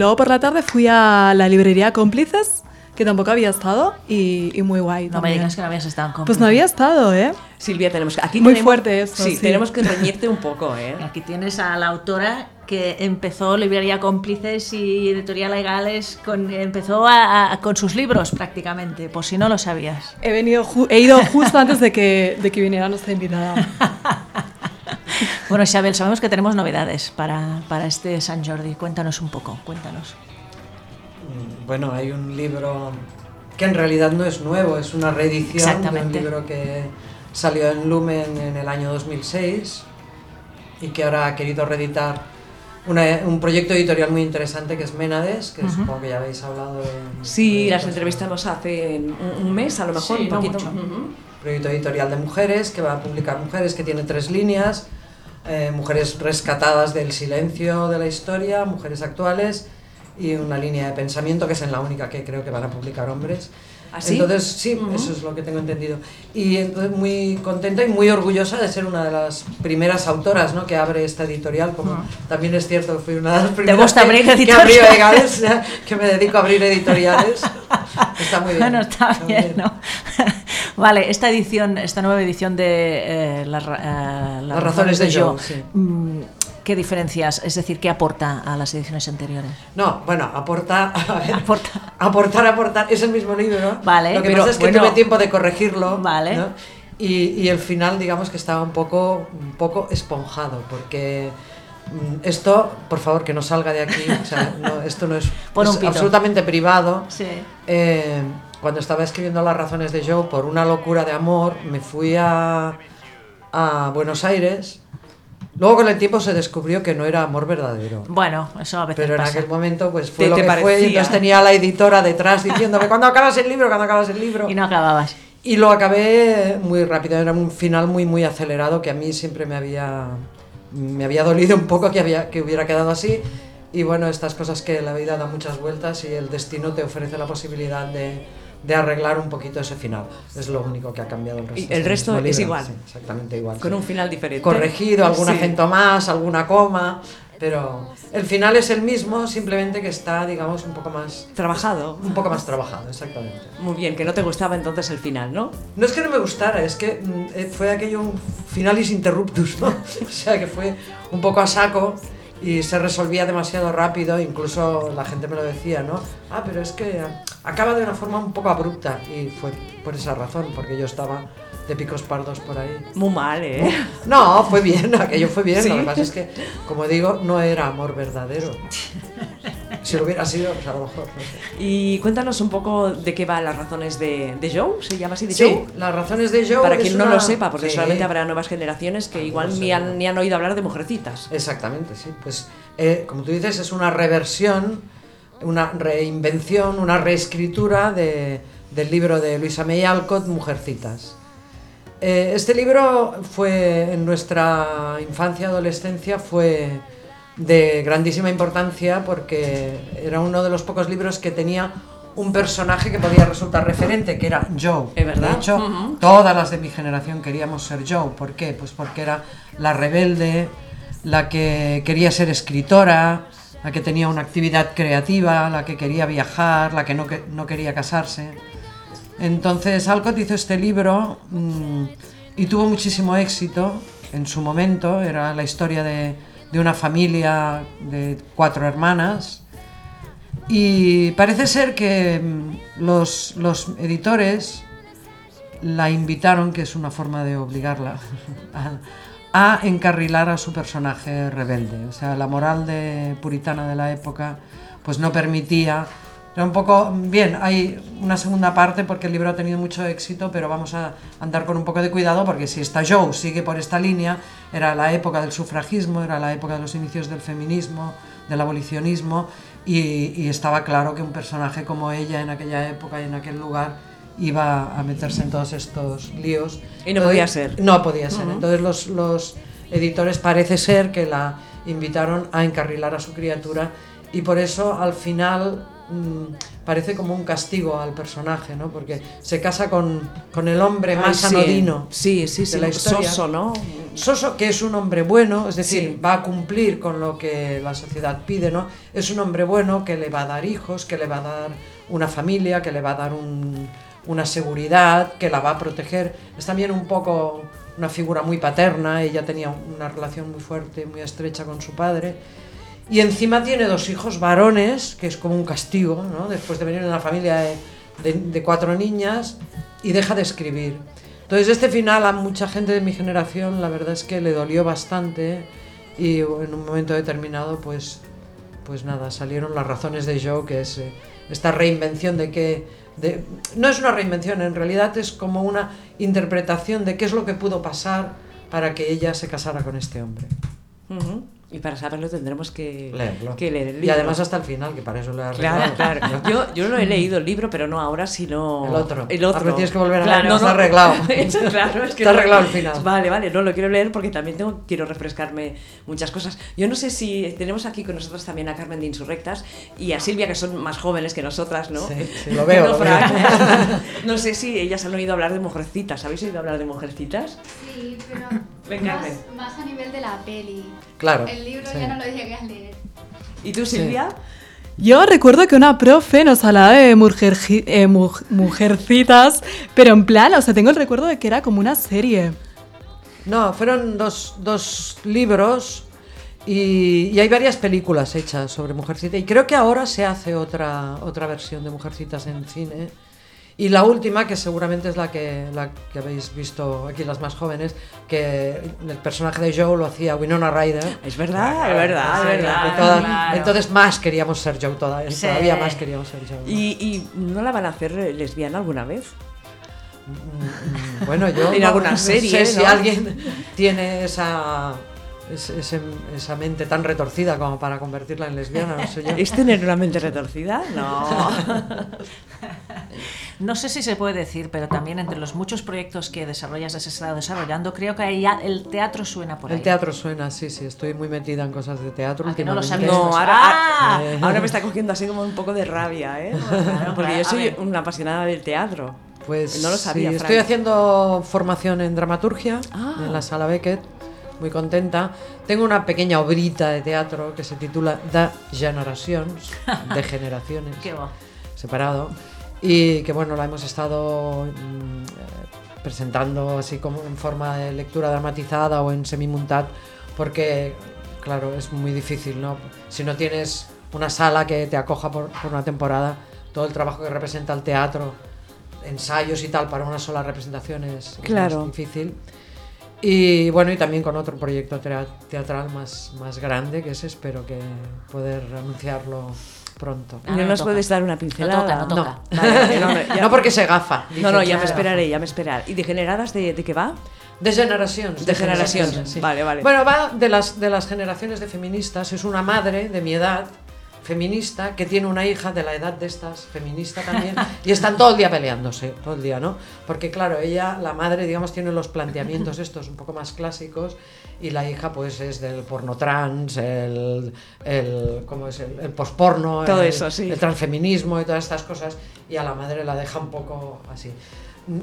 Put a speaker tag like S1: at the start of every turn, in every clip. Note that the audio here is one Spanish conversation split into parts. S1: Luego por la tarde fui a la librería Cómplices, que tampoco había estado, y, y muy guay.
S2: No me
S1: también.
S2: digas que no habías estado en Cómplices.
S1: Pues no había estado, ¿eh?
S3: Silvia, tenemos que. Aquí
S1: Muy
S3: tenemos-
S1: fuerte eso, sí.
S3: tenemos que reñirte un poco, ¿eh?
S2: Aquí tienes a la autora que empezó librería cómplices y editorial legales, con, empezó a- a- con sus libros prácticamente, por si no lo sabías.
S1: He, venido ju- he ido justo antes de que, de que viniera nuestra invitada.
S2: Bueno, Isabel, sabemos que tenemos novedades para, para este San Jordi. Cuéntanos un poco, cuéntanos.
S4: Mm, Bueno, hay un libro que en realidad no es nuevo, es una reedición de un
S2: Exactamente.
S4: libro que salió en Lumen en el año 2006 y que ahora ha querido reeditar una- un proyecto editorial muy interesante que es Ménades, que supongo que ya habéis hablado. en-
S3: Sí,
S4: en
S3: las
S4: otros-
S3: entrevistamos hace un, un mes, a lo mejor,
S2: Sí,
S3: un
S2: no
S3: poquito.
S2: mucho.
S3: Ujú.
S4: proyecto editorial de mujeres que va a publicar mujeres que tiene tres líneas eh, mujeres rescatadas del silencio de la historia mujeres actuales y una línea de pensamiento que es en la única que creo que van a publicar hombres
S3: ¿Ah, sí?
S4: entonces sí
S3: Ujú.
S4: eso es lo que tengo entendido y entonces muy contenta y muy orgullosa de ser una de las primeras autoras ¿no? que abre esta editorial como también es cierto fui una de las primeras
S2: gusta
S4: que-
S2: abrir
S4: que,
S2: editoriales?
S4: abrió legales, que me dedico a abrir editoriales está muy bien
S2: Bueno, está bien,
S4: bien.
S2: ¿no? vale, esta edición, esta nueva edición de eh, las, ra- eh, las
S4: Las razones de yo, sí.
S2: mm, ¿Qué diferencias, es decir, qué aporta a las ediciones anteriores?
S4: No, bueno, aporta, a ver,
S2: Aporta.
S4: aportar, aportar, es el mismo libro.
S2: Vale,
S4: Lo que
S2: pero
S4: pasa es que
S2: bueno.
S4: tuve tiempo de corregirlo.
S2: Vale.
S4: ¿no? Y, y el final, digamos que estaba un poco, un poco esponjado, porque mm, esto, por favor, que no salga de aquí, o sea, no, esto no es,
S2: Pon un
S4: es
S2: pito.
S4: absolutamente privado.
S2: Sí.
S4: Eh, cuando estaba escribiendo Las razones de Joe por una locura de amor, me fui a, a Buenos Aires. Luego con el tiempo se descubrió que no era amor verdadero.
S2: Bueno, eso a veces
S4: Pero en
S2: pasa.
S4: aquel momento pues fue
S3: ¿Te-
S4: lo
S3: te
S4: que fue
S3: parecía?
S4: y entonces tenía a la editora detrás diciéndome cuando acabas el libro, cuando acabas el libro.
S2: Y no acababas.
S4: Y lo acabé muy rápido, era un final muy muy acelerado que a mí siempre me había me había dolido un poco que había que hubiera quedado así. Y bueno, estas cosas que la vida da muchas vueltas y el destino te ofrece la posibilidad de, de arreglar un poquito ese final. Es lo único que ha cambiado el resto.
S3: Y
S4: es
S3: el resto
S4: mismo
S3: es
S4: libro,
S3: igual.
S4: sí, exactamente igual.
S3: Con
S4: sí
S3: un final diferente.
S4: corregido, algún
S3: Sí.
S4: acento más, alguna coma, pero el final es el mismo, simplemente que está, digamos, un poco más
S3: Trabajado.
S4: un poco más trabajado, exactamente.
S3: Muy bien, que no te gustaba entonces el final, ¿no?
S4: No es que no me gustara, es que mm, eh, fue aquello un finalis interruptus, ¿no? O sea, que fue un poco a saco y se resolvía demasiado rápido, incluso la gente me lo decía, ¿no? Ah, pero es que acaba de una forma un poco abrupta y fue por esa razón, porque yo estaba de picos pardos por ahí.
S3: Muy mal, ¿eh?
S4: No, fue bien, aquello fue bien. Lo
S3: ¿Sí?
S4: que pasa es que, como digo, no era amor verdadero. Si lo hubiera sido, pues a lo mejor. no sé.
S3: Y cuéntanos un poco de qué va las razones de, de Joe, ¿se llama así de
S4: Sí,
S3: Joe?
S4: las razones de Joe.
S3: Para
S4: es
S3: quien no
S4: una-
S3: lo sepa, porque
S4: Sí,
S3: solamente habrá nuevas generaciones que igual ni han, ni han oído hablar de mujercitas.
S4: Exactamente, sí. Pues, eh, como tú dices, es una reversión, una reinvención, una reescritura de- del libro de Luisa May Alcott, Mujercitas. Eh, este libro fue en nuestra infancia, adolescencia, fue de grandísima importancia porque era uno de los pocos libros que tenía un personaje que podía resultar referente, que era Joe.
S3: Es verdad.
S4: De hecho,
S3: Ujú.
S4: todas las de mi generación queríamos ser Joe. ¿Por qué? Pues porque era la rebelde, la que quería ser escritora, la que tenía una actividad creativa, la que quería viajar, la que no, que- no quería casarse. Entonces Alcott hizo este libro mm, y tuvo muchísimo éxito en su momento. Era la historia de, de una familia de cuatro hermanas. Y parece ser que mm, los, los editores la invitaron, que es una forma de obligarla, a, a encarrilar a su personaje rebelde. O sea, la moral de puritana de la época pues no permitía... Era un poco... Bien, hay una segunda parte porque el libro ha tenido mucho éxito, pero vamos a andar con un poco de cuidado porque si esta Joe sigue por esta línea, era la época del sufragismo, era la época de los inicios del feminismo, del abolicionismo, y, y estaba claro que un personaje como ella en aquella época y en aquel lugar iba a meterse en todos estos líos.
S3: Y no podía ser.
S4: No podía ser. Entonces los, los editores parece ser que la invitaron a encarrilar a su criatura y por eso al final mm, parece como un castigo al personaje, ¿no? Porque se casa con, con el hombre más
S3: Ay, sí.
S4: anodino.
S3: Sí, sí, sí,
S4: de la historia.
S3: soso, ¿no?
S4: Soso, que es un hombre bueno, es decir,
S3: Sí.
S4: va a cumplir con lo que la sociedad pide, ¿no? Es un hombre bueno que le va a dar hijos, que le va a dar una familia, que le va a dar un- una seguridad, que la va a proteger. Es también un poco una figura muy paterna, ella tenía una relación muy fuerte, muy estrecha con su padre. Y encima tiene dos hijos varones, que es como un castigo, ¿no? Después de venir de una familia de, de- de cuatro niñas y deja de escribir. Entonces este final a mucha gente de mi generación la verdad es que le dolió bastante y en un momento determinado pues, pues nada, salieron las razones de Joe, que es eh, esta reinvención de que... de- no es una reinvención, en realidad es como una interpretación de qué es lo que pudo pasar para que ella se casara con este hombre.
S3: Ujú. Y para saberlo tendremos que
S4: Leerlo.
S3: que leer el
S4: Y
S3: libro.
S4: además hasta el final, que para eso le he
S3: Claro,
S4: arreglado.
S3: claro. Yo, yo no he leído el libro, pero no ahora, sino.
S4: El otro.
S3: El otro.
S4: Ah, pero tienes que volver a
S3: Claro,
S4: leerlo, está arreglado.
S3: Eso, claro, es que
S4: Está
S3: no-
S4: arreglado al final.
S3: Vale, vale, no lo quiero leer porque también tengo, quiero refrescarme muchas cosas. Yo no sé si tenemos aquí con nosotros también a Carmen de Insurrectas y a Silvia, que son más jóvenes que nosotras, ¿no?
S4: Sí, sí, lo veo,
S3: No,
S4: lo
S3: Fran.
S4: veo.
S3: no sé si ellas han oído hablar de mujercitas. ¿Habéis oído hablar de mujercitas?
S5: Sí, pero
S3: Venga,
S5: más,
S3: Carmen.
S5: más a nivel de la peli.
S4: Claro,
S5: El libro
S4: sí.
S5: ya no lo llegué a leer.
S3: ¿Y tú, Silvia?
S1: Yo recuerdo que una profe nos hablaba de mujerji- eh, mu- mujercitas, pero en plan, o sea, tengo el recuerdo de que era como una serie.
S4: No, fueron dos, dos libros y, y hay varias películas hechas sobre Mujercita. Y creo que ahora se hace otra, otra versión de Mujercitas en cine. Y la última, que seguramente es la que, la que habéis visto aquí las más jóvenes, que el personaje de Joe lo hacía Winona Ryder.
S3: Es verdad, es verdad, es
S4: Sí,
S3: verdad.
S4: que todas-
S2: claro.
S4: Entonces más queríamos ser Joe todavía,
S2: Sí.
S4: todavía más queríamos ser Joe.
S3: ¿Y, y no la van a hacer eh, lesbiana alguna vez?
S4: Mm, Bueno, yo
S3: En
S4: no-
S3: alguna
S4: no
S3: serie,
S4: sé
S3: ¿no?
S4: si alguien tiene esa, es- ese- esa mente tan retorcida como para convertirla en lesbiana, no sé yo.
S2: Este
S3: ¿Es tener una mente retorcida? No.
S2: No sé si se puede decir, pero también entre los muchos proyectos que desarrollas, has estado desarrollando, creo que ahí ya el teatro suena por ahí.
S4: El teatro suena, sí, sí, estoy muy metida en cosas de teatro.
S2: Ah, que no lo
S4: últimamente.
S2: sabías.
S3: No, ahora,
S2: Ah.
S3: ah, ahora me está cogiendo así como un poco de rabia, ¿eh?
S2: Claro,
S3: Porque
S2: a
S3: yo soy
S2: ver.
S3: una apasionada del teatro.
S4: Pues
S3: no lo sabía.
S4: sí,
S3: Fran.
S4: estoy haciendo formación en dramaturgia
S3: Ah.
S4: en la sala Beckett, muy contenta. Tengo una pequeña obrita de teatro que se titula Da Generations, de generaciones.
S2: Qué bo.
S4: separado y que bueno la hemos estado mm, eh, presentando así como en forma de lectura dramatizada o en semimuntat porque claro es muy difícil no si no tienes una sala que te acoja por, por una temporada todo el trabajo que representa el teatro ensayos y tal para una sola representación es, es
S3: Claro.
S4: más difícil y bueno y también con otro proyecto tea- teatral más más grande que ese espero que poder anunciarlo pronto
S2: Ah,
S3: no
S2: no
S3: nos
S2: toca.
S3: puedes dar una
S2: toca,
S3: pincelada.
S2: no toca.
S4: No.
S3: Vale, no, no, ya-
S4: No porque se gafa.
S3: No, no, ya me
S4: Dice, claro.
S3: esperaré, ya me esperaré. ¿Y degeneradas de, de qué va?
S4: De
S2: Pues
S4: generaciones.
S3: De generaciones, vale, vale.
S4: Bueno, va de las, de las generaciones de feministas. Es una madre de mi edad, feminista, que tiene una hija de la edad de estas, feminista también. y están todo el día peleándose, todo el día, ¿no? Porque claro, ella, la madre, digamos, tiene los planteamientos estos un poco más clásicos. Y la hija, pues, es del porno trans, el, el ¿cómo es? El, el posporno,
S3: Todo
S4: el-
S3: eso, sí.
S4: el transfeminismo y todas estas cosas, y a la madre la deja un poco así.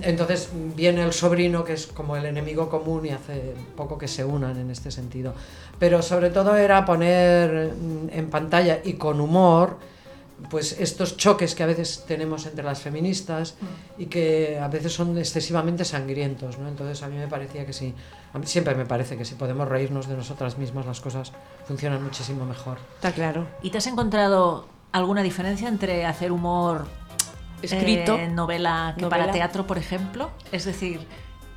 S4: Entonces viene el sobrino, que es como el enemigo común, y hace poco que se unan en este sentido. Pero sobre todo era poner mm, en pantalla y con humor pues estos choques que a veces tenemos entre las feministas y que a veces son excesivamente sangrientos, ¿no? Entonces a mí me parecía que sí, a mí siempre me parece que si podemos reírnos de nosotras mismas las cosas funcionan muchísimo mejor.
S3: Está claro.
S2: ¿Y te has encontrado alguna diferencia entre hacer humor
S3: Escrito.
S2: eh, novela, que
S3: Novela.
S2: para teatro, por ejemplo? Es decir,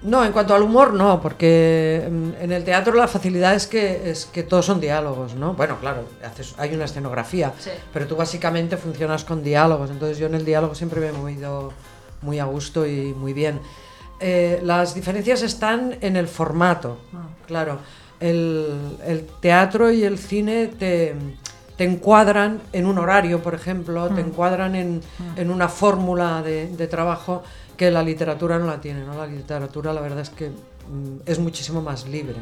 S4: No, en cuanto al humor no, porque mm, en el teatro la facilidad es que, es que todos son diálogos, ¿no? Bueno, claro, haces, hay una escenografía,
S2: Sí.
S4: pero tú básicamente funcionas con diálogos, entonces yo en el diálogo siempre me he movido muy a gusto y muy bien. Eh, las diferencias están en el formato, claro. El, el teatro y el cine te, te encuadran en un horario, por ejemplo, te encuadran en, en una fórmula de, de trabajo que la literatura no la tiene, ¿no? La literatura la verdad es que mm, es muchísimo más libre.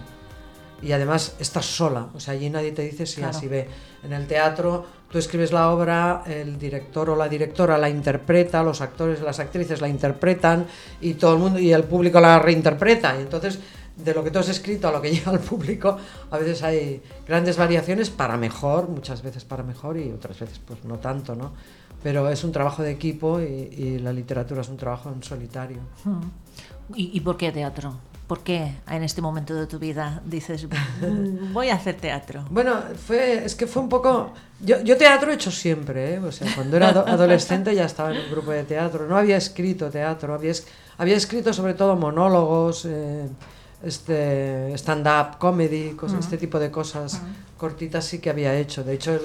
S4: Y además estás sola, o sea, allí nadie te dice si
S2: Claro.
S4: así ve. En el teatro tú escribes la obra, el director o la directora la interpreta, los actores y las actrices la interpretan y todo el mundo y el público la reinterpreta. Y entonces de lo que tú has escrito a lo que llega al público, a veces hay grandes variaciones para mejor, muchas veces para mejor y otras veces pues no tanto, ¿no? Pero es un trabajo de equipo y, y la literatura es un trabajo en solitario.
S2: mm, ¿Y, y por qué teatro? ¿Por qué en este momento de tu vida dices, "Mm, voy a hacer teatro?
S4: Bueno, fue, es que fue un poco... Yo, yo teatro he hecho siempre, ¿eh? O sea, cuando era ado- adolescente ya estaba en un grupo de teatro. No había escrito teatro, había, es- había escrito sobre todo monólogos, eh, este, stand-up, comedy, cos- este tipo de cosas cortitas sí que había hecho. De hecho, el,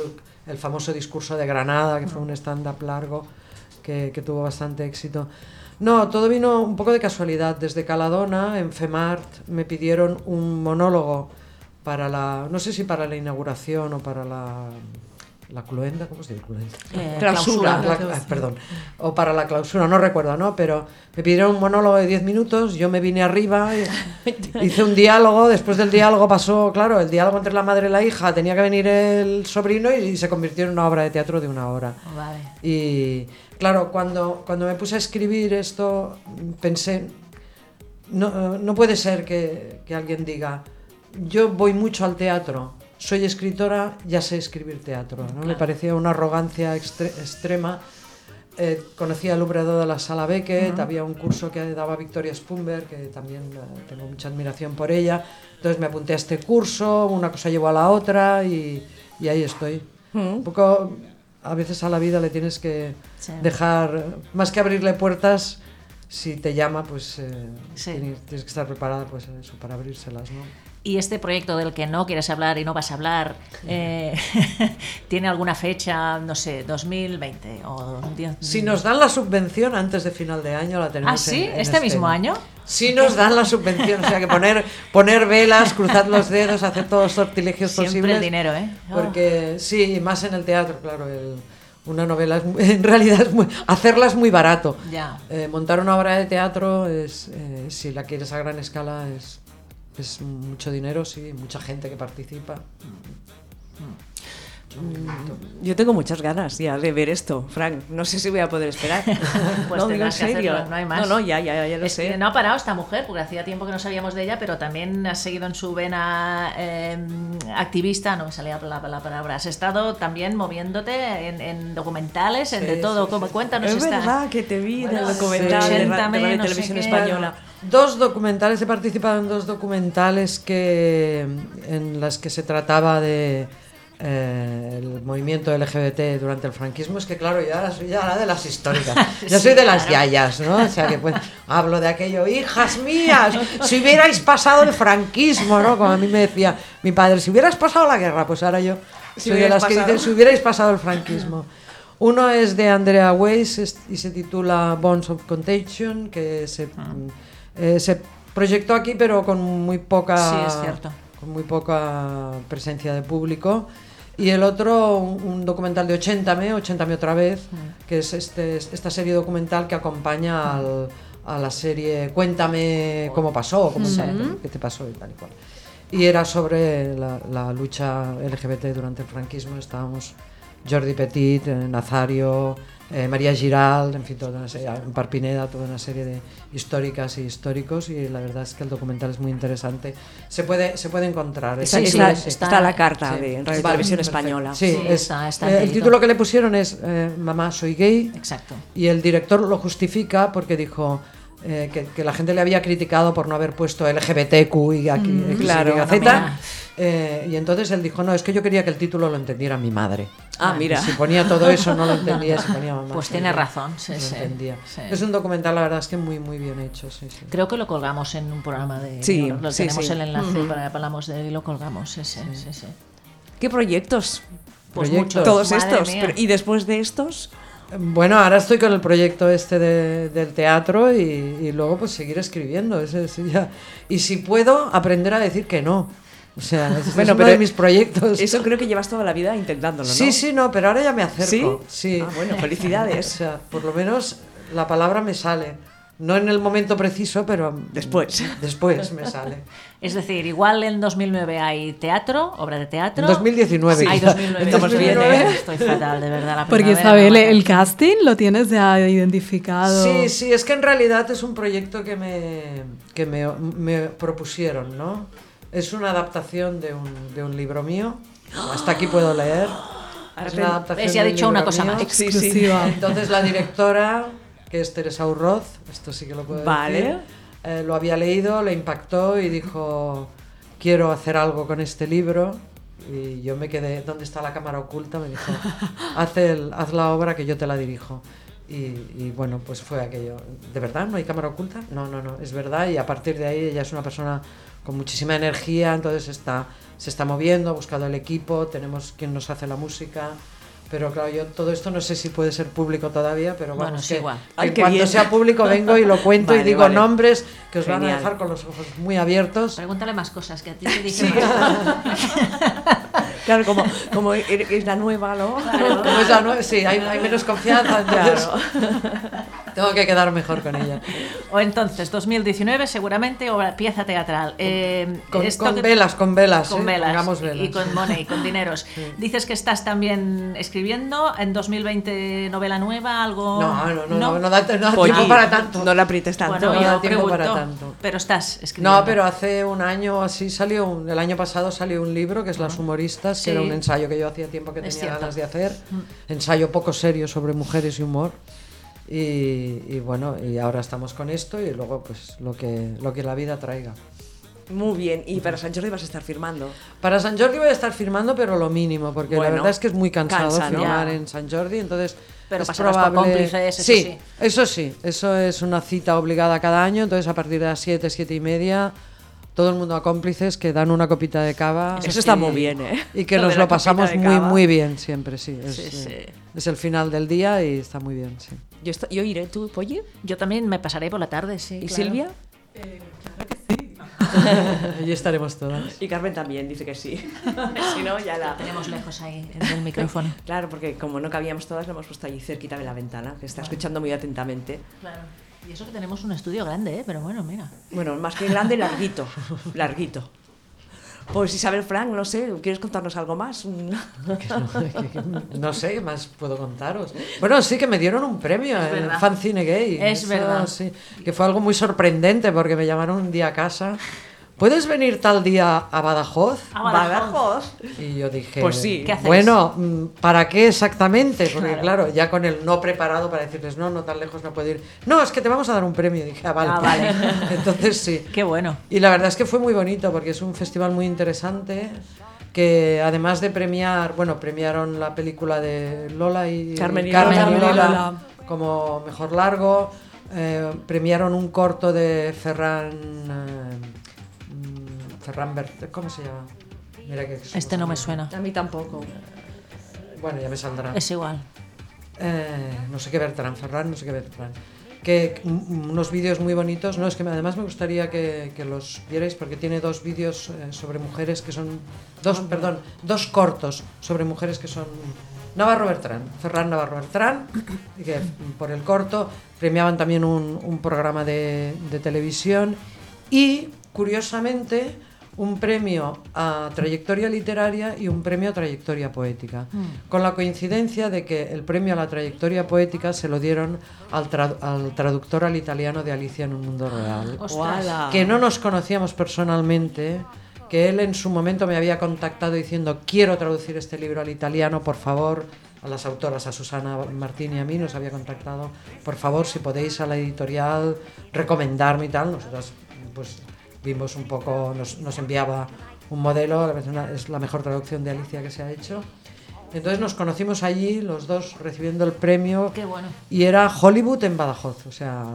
S4: el famoso discurso de Granada, que fue un stand-up largo, que, que tuvo bastante éxito. No, todo vino un poco de casualidad. Desde Caladona, en FEMART, me pidieron un monólogo para la, no sé si para la inauguración o para la, la cluenda, ¿cómo se dice cluenda?
S2: Eh,
S4: clausura,
S2: clausura.
S4: la- ah, perdón, o para la clausura, no recuerdo, ¿no? Pero me pidieron un monólogo de 10 minutos, yo me vine arriba, y- hice un diálogo, después del diálogo pasó, claro, el diálogo entre la madre y la hija, tenía que venir el sobrino y, y se convirtió en una obra de teatro de una hora.
S2: Vale.
S4: Y claro, cuando, cuando me puse a escribir esto, pensé, no, eh, no puede ser que, que alguien diga, yo voy mucho al teatro, soy escritora, ya sé escribir teatro. ¿no? Me parecía una arrogancia extre- extrema. Eh, conocí al Obrador de la Sala Beckett, había un curso que daba Victoria Spumber, que también eh, tengo mucha admiración por ella. Entonces me apunté a este curso, una cosa llevó a la otra y, y ahí estoy. Un poco, a veces a la vida le tienes que
S2: Sí.
S4: dejar, eh, más que abrirle puertas, si te llama, pues eh,
S2: Sí.
S4: tienes, tienes que estar preparada pues, eso, para abrírselas. ¿no?
S2: ¿Y este proyecto del que no quieres hablar y no vas a hablar, eh, tiene alguna fecha, no sé, 2020 o 10?
S4: Si nos dan la subvención antes de final de año, la tenemos.
S2: ¿Ah, sí?
S4: en- en
S2: ¿Este mismo
S4: escena.
S2: año?
S4: Sí nos dan la subvención, o sea que poner, poner velas, cruzar los dedos, hacer todos los sortilegios
S2: Siempre
S4: posibles.
S2: el dinero, ¿eh? Oh.
S4: Porque sí, y más en el teatro, claro. el- una novela es muy- en realidad es muy- hacerla es muy barato.
S2: Oh, Ya.
S4: Eh, montar una obra de teatro es, eh, si la quieres a gran escala es, es mucho dinero, sí, mucha gente que participa.
S3: Yo tengo muchas ganas ya de ver esto, Frank. No sé si voy a poder esperar.
S2: Pues
S3: no, digo en
S2: tendrás que
S3: serio.
S2: hacerlo, no hay más.
S3: No, no, ya, ya, ya lo
S2: Es que
S3: sé.
S2: no ha parado esta mujer, porque hacía tiempo que no sabíamos de ella, pero también has seguido en su vena eh, activista, no me salía la, la palabra. Has estado también moviéndote en, en documentales, en de todo. como Cuéntanos
S3: es
S2: esta-
S3: verdad que te vi en
S2: Bueno,
S3: el documental de, ra- de
S2: preséntame,
S3: Radio
S2: no sé
S3: Televisión
S4: ¿eh?
S2: qué.
S3: Española.
S4: Dos documentales, he participado en dos documentales que, en las que se trataba de eh, el movimiento LGBT durante el franquismo. Es que claro, yo ahora soy ya la de las históricas.
S2: Sí,
S4: Yo soy de las
S2: claro.
S4: yayas, ¿no? O sea que pues hablo de aquello, hijas mías, si hubierais pasado el franquismo, ¿no? Como a mí me decía mi padre, si hubieras pasado la guerra, pues ahora yo
S3: Si
S4: soy de
S3: hubierais
S4: las que
S3: pasado.
S4: dicen, Eh, si hubierais pasado el franquismo. Uno es de Andrea Weiss es- y se titula Bonds of Contagion, que se,
S2: Ah.
S4: eh, se proyectó aquí pero con muy poca
S2: Sí, es cierto.
S4: con muy poca presencia de público. Y el otro, un, un documental de 80me, 80me otra vez, que es este, esta serie documental que acompaña al- a la serie Cuéntame cómo pasó, cómo te- qué te pasó y tal y cual. Y era sobre la, la lucha LGBT durante el franquismo. Estábamos Jordi Petit, eh, Nazario, eh, María Giral, en fin, toda una serie, Ampar Pineda, toda una serie de históricas y históricos y la verdad es que el documental es muy interesante. Se puede, se puede encontrar.
S3: Está,
S4: Sí,
S3: está-
S4: sí, sí.
S3: está la carta
S4: Sí.
S3: de Radio
S4: Vale,
S3: Televisión
S4: perfecto.
S3: Española.
S4: Sí,
S2: Sí,
S4: es-
S2: está- está
S4: eh, el
S2: enterito.
S4: título que le pusieron es eh, Mamá, soy gay.
S2: Exacto.
S4: Y el director lo justifica porque dijo eh, que, que la gente le había criticado por no haber puesto LGBTQ y aquí X, Y,
S3: Mm, claro,
S4: Z.
S3: no, mira.
S4: Eh, y entonces él dijo, no, es que yo quería que el título lo entendiera mi madre.
S3: Ah,
S4: Y
S3: mira.
S4: si ponía todo eso no lo entendía, si ponía mamá.
S2: Pues
S4: soy
S2: tiene
S4: gay,
S2: razón, sí,
S4: no
S2: sí,
S4: entendía.
S2: sí.
S4: Es un documental, la verdad es que muy, muy bien hecho. Sí, sí.
S2: Creo que lo colgamos en un programa de...
S3: Sí,
S2: lo, lo
S3: sí,
S2: tenemos
S3: sí.
S2: el enlace para que hablamos de él y lo colgamos. Sí, sí, sí. sí.
S3: ¿Qué proyectos?
S2: Pues
S4: Proyectos.
S2: muchos.
S3: Todos
S2: madre
S3: estos.
S2: mía.
S3: Pero- y después de estos,
S4: Bueno, ahora estoy con el proyecto este de- del teatro y, y luego pues seguir escribiendo. ese es ya. Y si puedo, aprender a decir que no. O sea, ese es
S3: Bueno,
S4: uno de
S3: pero
S4: mis proyectos.
S3: eso creo que llevas toda la vida intentándolo, ¿no?
S4: Sí, sí, no, pero ahora ya me
S3: ¿Sí?
S4: acerco. Sí.
S3: Ah, bueno,
S4: O
S3: felicidades.
S4: sea, por lo menos la palabra me sale. No en el momento preciso, pero mm,
S3: Después.
S4: Después me sale.
S2: Es decir, igual en 2009 hay teatro, obra de teatro.
S4: En 2019.
S2: Hay 2009.
S4: Estamos
S2: Estoy
S4: bien, ¿eh?
S2: Estoy fatal, de verdad. La
S1: Porque,
S2: primavera
S1: Isabel,
S2: me mata.
S1: el casting lo tienes ya identificado.
S4: Sí, sí, es que en realidad es un proyecto que me, que me, me propusieron, ¿no? Es una adaptación de un, de un libro mío. Hasta aquí puedo leer.
S3: Ahora
S4: Es
S3: te-
S4: una adaptación
S2: ves, ya ha
S4: de un
S2: dicho una
S4: libro
S2: cosa
S4: mío.
S2: más.
S3: Sí, sí.
S1: Exclusiva.
S4: Entonces la directora, que es Teresa Urroz, esto sí que lo puedo
S3: Vale.
S4: decir, eh, lo había leído, le impactó y dijo, quiero hacer algo con este libro. Y yo me quedé, ¿dónde está la cámara oculta? Me dijo, haz, el- haz la obra que yo te la dirijo. Y, y bueno, pues fue aquello. ¿De verdad no hay cámara oculta? No, no, no, es verdad. Y a partir de ahí ella es una persona con muchísima energía, entonces está, se está moviendo, ha buscado el equipo, tenemos quien nos hace la música. Pero claro, yo todo esto no sé si puede ser público todavía, pero
S2: Bueno,
S4: vamos,
S2: es
S4: que,
S2: igual.
S4: que
S3: Ay,
S4: en
S3: qué
S4: cuanto
S3: bien.
S4: sea público vengo y lo cuento y
S3: Vale,
S4: digo
S3: vale.
S4: nombres que os van a
S3: Genial.
S4: dejar con los ojos muy abiertos.
S2: Pregúntale más cosas que a ti te dije. más.
S3: Claro, como, como er- es la nueva, ¿no?
S4: Como es la nue- sí, hay, hay menos confianza, entonces tengo que quedar mejor con ella.
S2: O entonces, 2019 seguramente, obra, pieza teatral. Eh,
S4: Con,
S2: esto
S4: con
S2: que-
S4: velas, con velas.
S2: Con
S4: ¿eh?
S2: velas,
S4: Pongamos
S2: y-
S4: velas.
S2: y con money, con dineros. Dices que estás también escribiendo en 2020 novela nueva, algo.
S4: No, no, no, no, no da, no da
S3: Polly,
S4: tiempo para tanto.
S3: No la aprietes tanto.
S2: Bueno,
S4: no
S2: yo
S4: da tiempo
S2: pregunto,
S4: para tanto.
S2: Pero estás escribiendo.
S4: No, pero hace un año o así salió, un- el año pasado salió un libro que es Las
S2: Ah.
S4: humoristas,
S2: Sí.
S4: que era un ensayo que yo hacía tiempo que
S2: Es
S4: tenía
S2: cierto. Mm.
S4: ganas de hacer, ensayo poco serio sobre mujeres y humor. Y, y bueno, y ahora estamos con esto y luego pues lo que, lo que la vida traiga.
S3: Muy bien. Y para San Jordi vas a estar firmando.
S4: Para San Jordi voy a estar firmando, pero lo mínimo, porque
S3: Bueno,
S4: la verdad es que es muy cansado
S3: cansa, ¿no?
S4: firmar
S2: Ya.
S4: en San Jordi, entonces
S2: Pero
S4: es
S2: pasarás por
S4: probable...
S2: cómplices, eso sí.
S4: eso sí, eso es una cita obligada cada año, entonces a partir de las 7, 7 y media, todo el mundo a cómplices que dan una copita de cava.
S3: Eso está
S4: y-
S3: muy bien, ¿eh?
S4: Y que
S3: Lo
S4: nos
S3: de la
S4: lo pasamos
S3: copita de
S4: muy,
S3: cava.
S4: muy bien siempre, sí. Es,
S2: Sí, sí.
S4: eh, es el final del día y está muy bien, sí.
S3: Yo, esto- yo iré, tú, Polly.
S2: Yo también me pasaré por la tarde, sí.
S3: ¿Y
S2: claro.
S3: Silvia?
S4: Allí estaremos todas.
S3: Y Carmen también dice que sí. si no, ya la.
S2: La tenemos lejos ahí, en el micrófono.
S3: Claro, porque como no cabíamos todas, lo hemos puesto allí cerquita de la ventana, que está escuchando muy atentamente.
S2: claro. Y eso que tenemos un estudio grande, ¿eh? pero bueno, mira.
S3: Bueno, más que grande, larguito. Larguito. Pues Isabel Frank, no sé, ¿quieres contarnos algo más? Un-
S4: No sé, ¿qué más puedo contaros? Bueno, sí que me dieron un premio
S2: Es
S4: en
S2: verdad.
S4: Fancine Gay.
S2: Es verdad.
S4: sí, que fue algo muy sorprendente porque me llamaron un día a casa. ¿Puedes venir tal día a Badajoz?
S2: A Badajoz.
S4: Y yo dije,
S3: Pues sí.
S2: ¿Qué hacéis?
S4: bueno, mm, ¿para qué exactamente? Porque
S2: Claro.
S4: claro. ya con el no preparado para decirles, no, no tan lejos no puedo ir. No, es que te vamos a dar un premio. dije, ah, vale.
S2: Ah, vale.
S4: Entonces sí.
S2: Qué bueno.
S4: Y la verdad es que fue muy bonito porque es un festival muy interesante que además de premiar, bueno, premiaron la película de Lola y
S3: Carmen y
S1: Lola. Carmen y Lola.
S4: como mejor largo, eh, premiaron un corto de Ferran eh, mm, Ferran Bert- ¿cómo se llama? Mira que somos
S2: Este no me
S4: amigos.
S2: suena.
S3: A mí tampoco.
S4: Bueno, ya me saldrá.
S2: Es igual.
S4: Eh, no sé qué Bertrand, Ferran, no sé qué Bertrand. Que mm, unos vídeos muy bonitos, no, es que me- además me gustaría que, que los vierais porque tiene dos vídeos eh, sobre mujeres que son, dos, perdón, dos cortos sobre mujeres que son Navarro Bertrand, Ferran Navarro Bertrand, y que mm, por el corto premiaban también un, un programa de, de televisión y, curiosamente, un premio a trayectoria literaria y un premio a trayectoria poética, con la coincidencia de que el premio a la trayectoria poética se lo dieron al, tra- al traductor al italiano de Alicia en un mundo real,
S2: Ostras.
S3: Guala.
S4: que no nos conocíamos personalmente, que él en su momento me había contactado diciendo quiero traducir este libro al italiano, por favor, a las autoras, a Susana Martín y a mí nos había contactado, por favor, si podéis a la editorial recomendarme y tal, nosotras pues vimos un poco, nos, nos enviaba un modelo, la persona- es la mejor traducción de Alicia que se ha hecho. Entonces nos conocimos allí, los dos recibiendo el premio,
S2: Qué bueno.
S4: y era Hollywood en Badajoz, o sea,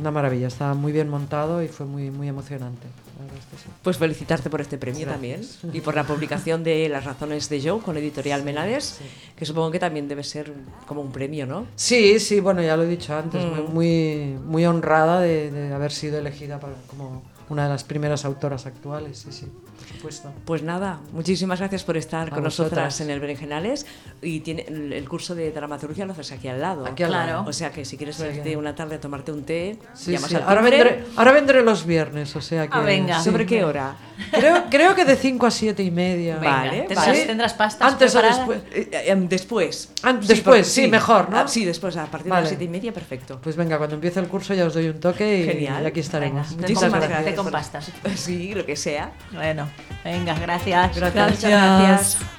S4: una maravilla, estaba muy bien montado y fue muy, muy emocionante. la verdad es que sí.
S3: Pues felicitarte por este premio
S4: Gracias.
S3: también y por la publicación de Las razones de Joe con Editorial Menades, que supongo que también debe ser como un premio, ¿no?
S4: Sí,
S2: Mm.
S4: sí, bueno, ya lo he dicho antes, muy, muy, muy honrada de, de haber sido elegida para- como una de las primeras autoras actuales, sí, sí, por supuesto.
S3: Pues nada, muchísimas gracias por estar
S4: A
S3: con
S4: vosotras.
S3: nosotras en el Berenjenales y tiene, el el curso de dramaturgia lo haces aquí al lado.
S4: Aquí al
S2: Claro.
S4: lado.
S3: O sea que si quieres
S4: Sí.
S3: venirte una tarde a tomarte un té,
S4: Sí,
S3: llamas
S4: sí.
S3: al
S4: Ahora,
S3: timbre.
S4: vendré, ahora vendré los viernes, o sea que...
S2: Ah, venga.
S4: sí.
S3: ¿Sobre qué hora?
S4: Creo, creo que de 5 a 7 y media.
S2: Venga,
S3: Vale,
S2: ¿tendrás,
S3: vale.
S2: tendrás pastas
S4: Antes o
S2: preparadas?
S4: después.
S3: Eh, eh, Después.
S4: Ah,
S3: Sí,
S4: después,
S3: por-
S4: sí, mejor, ¿no?
S3: Ah, sí, después, a partir de
S4: Vale.
S3: las siete y media, perfecto.
S4: Pues venga, cuando empiece el curso ya os doy un toque y,
S3: Genial.
S4: y aquí estaremos.
S2: Venga, te
S4: Muchísimas
S2: compro-
S3: Muchísimas
S2: te
S4: gracias.
S2: con pastas.
S3: Sí, lo que sea.
S2: Bueno, venga, gracias.
S3: Gracias.
S2: Muchas gracias.